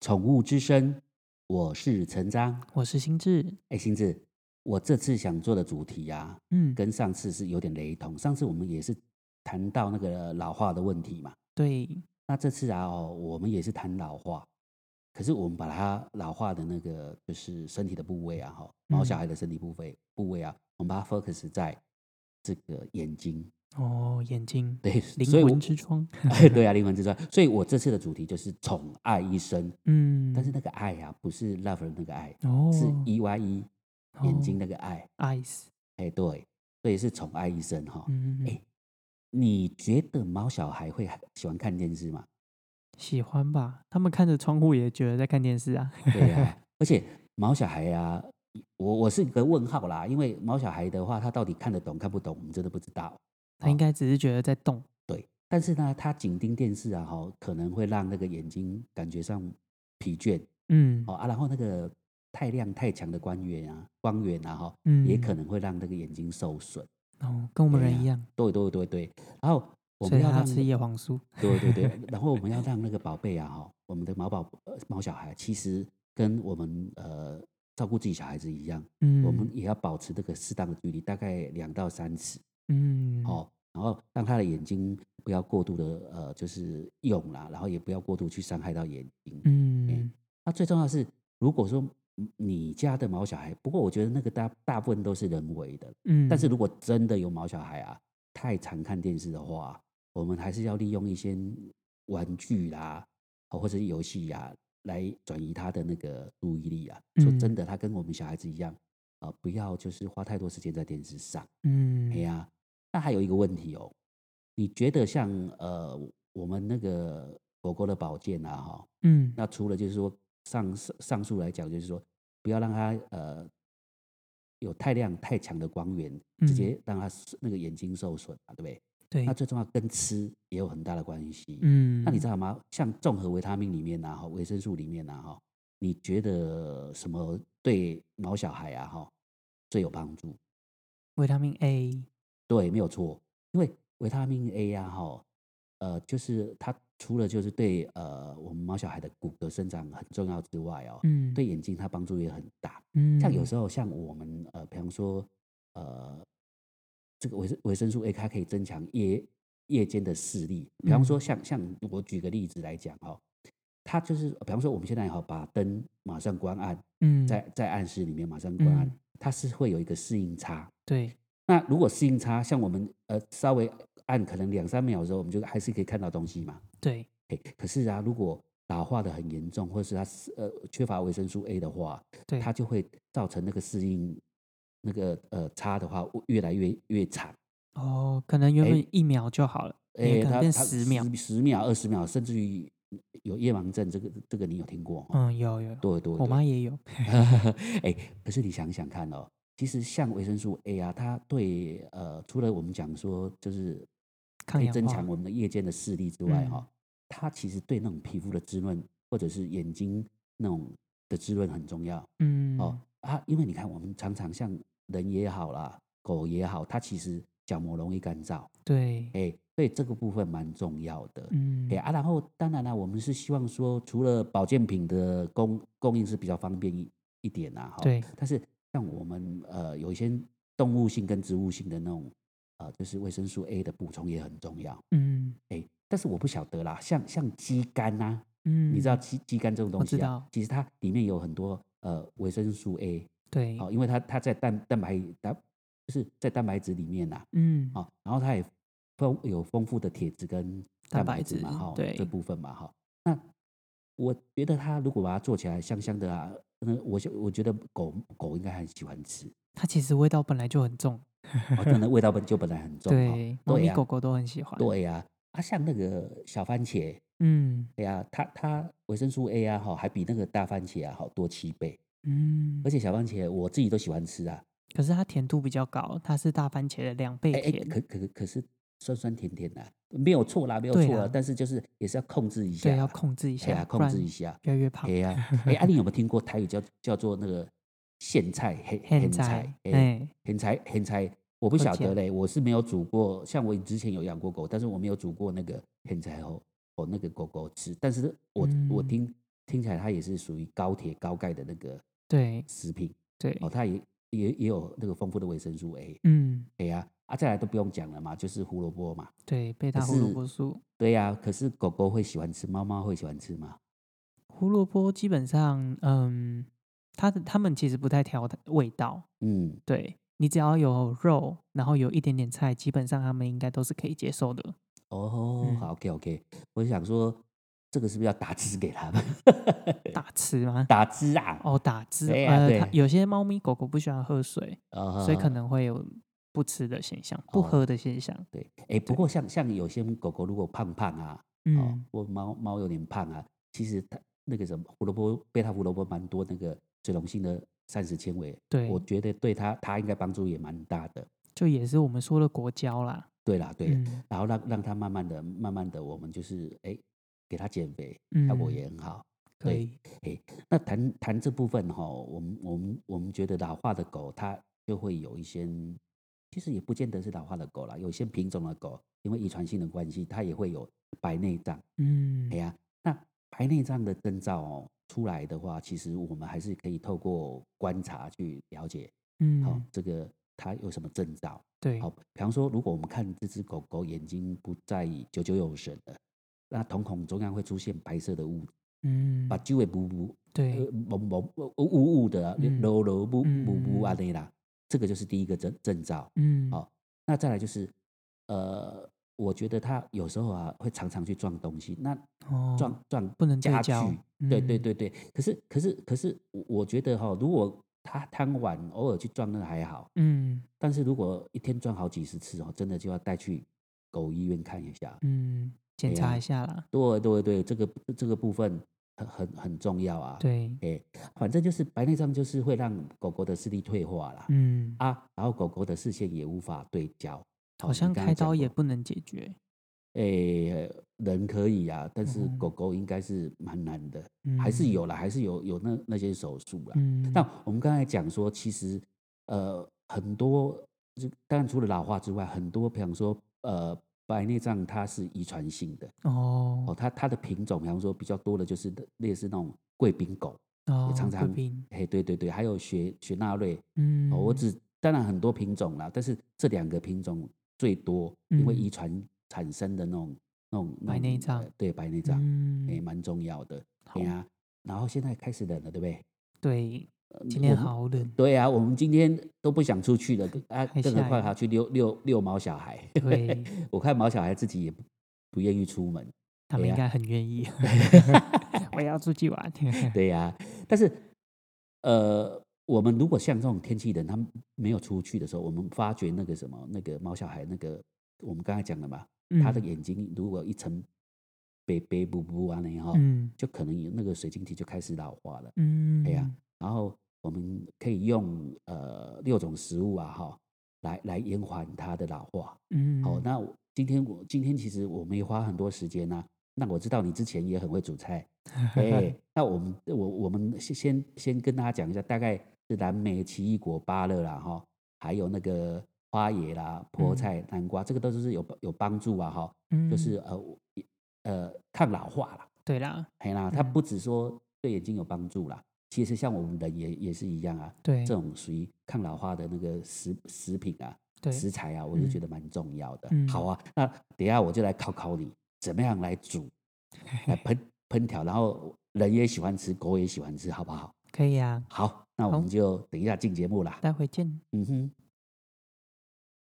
宠物之声，我是陈章。我是心智，哎，星子，我这次想做的主题啊，嗯，跟上次是有点雷同。上次我们也是谈到那个老化的问题嘛，对，那这次啊，哦，我们也是谈老化，可是我们把它老化的那个就是身体的部位啊，哈，毛小嗯孩的身体部位部位啊，我们把它 focus 在这个眼睛，哦，眼睛，对，所以灵我魂之窗， 对啊，灵魂之窗。所以我这次的主题就是宠爱一生，嗯，但是那个爱啊，不是 love 的那个爱，哦，是 e y e 眼睛的那个爱， eyes，哎，对，所以是宠爱一生哈。嗯，嗯嗯哎你觉得毛小孩会喜欢看电视吗？喜欢吧？他们看着窗户也觉得在看电视啊，对 啊，而且毛小孩啊，我我是个问号啦，因为毛小孩的话，他到底看得懂看不懂，我们真的不知道。他应哦该只是觉得在动，对，但是呢，他紧盯电视啊，哈、可能会让那个眼睛感觉上疲倦，嗯，哦啊，然后那个太亮太强的光源啊，光源啊，哈、嗯，也可能会让那个眼睛受损。哦，跟我们对人一样，对对对对，然后我所们以要他让吃那叶黄素， 对对对，然后我们要让那个宝贝啊，哈，我们的毛宝呃毛小孩，其实跟我们呃照顾自己小孩子一样，嗯，我们也要保持这个适当的距离，大概两到三尺，嗯，哦，然后让他的眼睛不要过度的呃就是用啦，然后也不要过度去伤害到眼睛。嗯，那最重要的是，如果说你你家的毛小孩，不过我觉得那个大大部分都是人为的，嗯，但是如果真的有毛小孩啊，太常看电视的话，我们还是要利用一些玩具啦，哦或者是游戏呀、来转移他的那个注意力啊。说真嗯的，他跟我们小孩子一样啊、不要就是花太多时间在电视上。嗯，哎呀、那还有一个问题哦，你觉得像呃我们那个狗狗的保健啊，哈，嗯，那除了就是说上上述来讲，就是说不要让它呃有太亮太强的光源，直嗯接让它受那个眼睛受损嘛，对不对？对那，最重要跟吃也有很大的关系。嗯，那你知道吗？像综合维他命里面呐、啊，哈，维生素里面呐、啊，哈，你觉得什么对毛小孩啊，哈，最有帮助？维他命 A，哦对，没有错，因为维他命 A 呀、哈，呃，就是它除了就是对呃我们毛小孩的骨骼生长很重要之外哦，嗯，对，眼睛它帮助也很大。嗯，像有时候像我们呃，比方说呃，这个维生维生素 A 它可以增强夜夜间的视力。比方说嗯像像我举个例子来讲哦，它就是比方说我们现在哈、把灯马上关暗，嗯，在在暗室里面马上关暗，嗯它是会有一个适应差。对，那如果适应差，像我们呃稍微按可能两三秒的时候，我们就还是可以看到东西嘛。对，哎，可是啊，如果老化的很严重，或是它是呃缺乏维生素 A 的话，对，它就会造成那个适应那个呃差的话越来越越长。哦，可能原哎本一秒就好了，也诶可能它变它十秒。十秒、二十秒，甚至于有夜盲症，这个这个你有听过哦？嗯，有有，有对对对，我妈也有。 哎，可是你想想看哦，其实像维生素 A 啊，它对呃，除了我们讲说就是抗可以氧增化强我们的夜间的视力之外哈、嗯它其实对那种皮肤的滋润或者是眼睛那种的滋润很重要嗯，哦、啊，因为你看我们常常像人也好啦，狗也好，它其实角膜容易干燥，对，哎，所以这个部分蛮重要的。嗯哎，啊，然后当然啦、我们是希望说，除了保健品的供供应是比较方便一一点啦、哈，对，但是像我们呃有一些动物性跟植物性的那种呃，就是维生素 A 的补充也很重要。嗯哎，但是我不晓得啦，像像鸡肝呐、啊嗯，你知道鸡鸡肝这种东我知西啊道，其实它里面有很多呃维生素 A 对，哦，因为它它在蛋蛋白蛋就是在蛋白质里面呐、嗯，哦，然后它也丰有丰富的铁质跟蛋蛋白白质嘛，质哈、对这部分嘛，哈、那我觉得它如果把它做起来香香的啊，那我想我觉得狗狗应该很喜欢吃，它其实味道本来就很重，哦，真的味道本就本来很重，哈对，猫对咪呀狗狗都很喜欢。，对呀、啊，像那个小番茄，嗯哎呀、它它维生素 A 啊，哈，还比那个大番茄啊好多七倍，嗯而，且小番茄我自己都喜欢吃啊，可是它甜度比较高，它是大番茄的两倍哎哎，甜，可可可是酸酸甜甜的、啊没有错啦，没有对错啦，啦但是就是也是要控制一下对，啦，要控制一哎呀、下，不控制然一下。越来越胖哎。呀、 哎、啊，你有没有听过台语叫叫做那个苋菜、黑现苋在菜，、哎，哎，苋菜、苋菜？我不好晓得吃嘞，我是没有煮过。像我之前有养哦过狗，但是我没有煮过那个苋菜后，我那个狗狗吃。但是我、我嗯听听起来它也是属于高铁高钙的那个对食品对，哦，它也也也有那个丰富的维生素 A 嗯， A 啊啊，再来都不用讲了嘛，就是胡萝卜嘛，对，贝塔可胡萝是卜素，对呀、可是狗狗会喜欢吃，猫猫会喜欢吃吗？胡萝卜基本上，嗯，它的它们其实不太调它味道，嗯，对你只要有肉，然后有一点点菜，基本上他们应该都是可以接受的。哦，嗯好，OK OK，我想说这个是不是要打汁给它们？ 打吃吗？打汁啊，哦，打汁，对呀呃，它对有些猫咪狗狗不喜欢喝水，哦所以可能会有不吃的现象，不哦喝的现象。对，哎，不过像像有些狗狗如果胖胖啊，哦嗯，，或猫猫有点胖啊，其实它那个什么胡萝卜，贝塔胡萝卜蛮多那个水溶性的膳食纤维，对我，觉得对它它应该帮助也蛮大的。就也是我们说的国胶啦。对啦，对，嗯然后让让它慢慢的、慢慢的，我们就是哎、给它减肥，嗯，效果也很好。可对以。那谈谈这部分哈、我们我们我们觉得老化的狗，它就会有一些，其实也不见得是老化的狗啦，有些品种的狗，因为遗传性的关系，它也会有白内障。嗯哎，呀，那白内障的征兆哦出来的话，其实我们还是可以透过观察去了解，嗯，好、这个它有什么征兆。对，好，比方说，如果我们看这只狗狗眼睛不再炯炯有神了，那瞳孔中央会出现白色的雾，嗯把，周围雾雾对呃，蒙蒙呃雾雾的啊嗯揉揉雾雾雾啊那嗯啦，这个就是第一个征征兆。嗯，好那再来就是，呃，我觉得它有时候啊会常常去撞东西，那哦，撞撞不能对家具焦，对对嗯，对对，可是可是可是，我我觉得哈、如果他贪玩，偶尔去撞那还好，嗯但是如果一天撞好几十次哦，真的就要带去狗医院看一下。嗯，检哎查呀一下啦。对对对，这个这个部分很很很重要啊。，对，哎，反正就是白内障就是会让狗狗的视力退化啦，嗯，啊，然后狗狗的视线也无法对焦。好像开刀也不能解决。诶，哎人可以啊，但是嗯狗狗应该是蛮难的，还是嗯有啦，还是有有那那些手术啦。嗯，那我们刚才讲说，其实呃很多，就当然除了老化之外，很多比方说呃白内障它是遗传性的哦，哦它它的品种，比方说比较多的就是类似那种贵宾狗，哦，常贵常宾哎对对对，还有雪雪纳瑞，嗯，哦，我只当然很多品种啦，但是这两个品种最多，因为嗯遗传产生的那种那种那白内种障呃对白内障也嗯，蛮重要的，好对呀、然后现在开始冷了，对不对？对，呃我今们天好冷，对呀、啊，我们今天都不想出去了，更啊，还更何下况雨还要去遛遛遛毛小孩。 对我看毛小孩自己也不不愿意出门。他哎们应呀该很 愿意。 我要出去玩。对呀、但是呃，我们如果像这种天气冷，他们没有出去的时候，我们发觉那个什么，那个毛小孩那个，我们刚才讲了嘛，他的嗯眼睛如果一层白白布布啊那样哈，嗯就可能有那个水晶体就开始老化了。嗯，哎呀然后我们可以用呃六种食物啊哈，来来延缓它的老化。嗯，好、哦那我今天我今天其实我们也花很多时间呢、那我知道你之前也很会煮 菜，嗯哎，那我们我我们先先先跟大家讲一下，大概是蓝莓、奇异果、芭乐啦哈，还有那个花椰啦、菠嗯菜、南瓜，这个都是有有帮助啊哈，就嗯是呃呃抗老化啦。对啦，嘿啦，它嗯不只说对眼睛有帮助啦，其实像我们人也也是一样啊，对这种属于抗老化的那个食食品啊、对，食材啊，我就觉嗯得蛮重要的。嗯好啊，那等一下我就来考考你，怎么样来煮来烹烹调，然后人也喜欢吃，狗也喜欢吃，好不好？可以啊，好，那我好们就等一下进节目啦。待会见。嗯哼。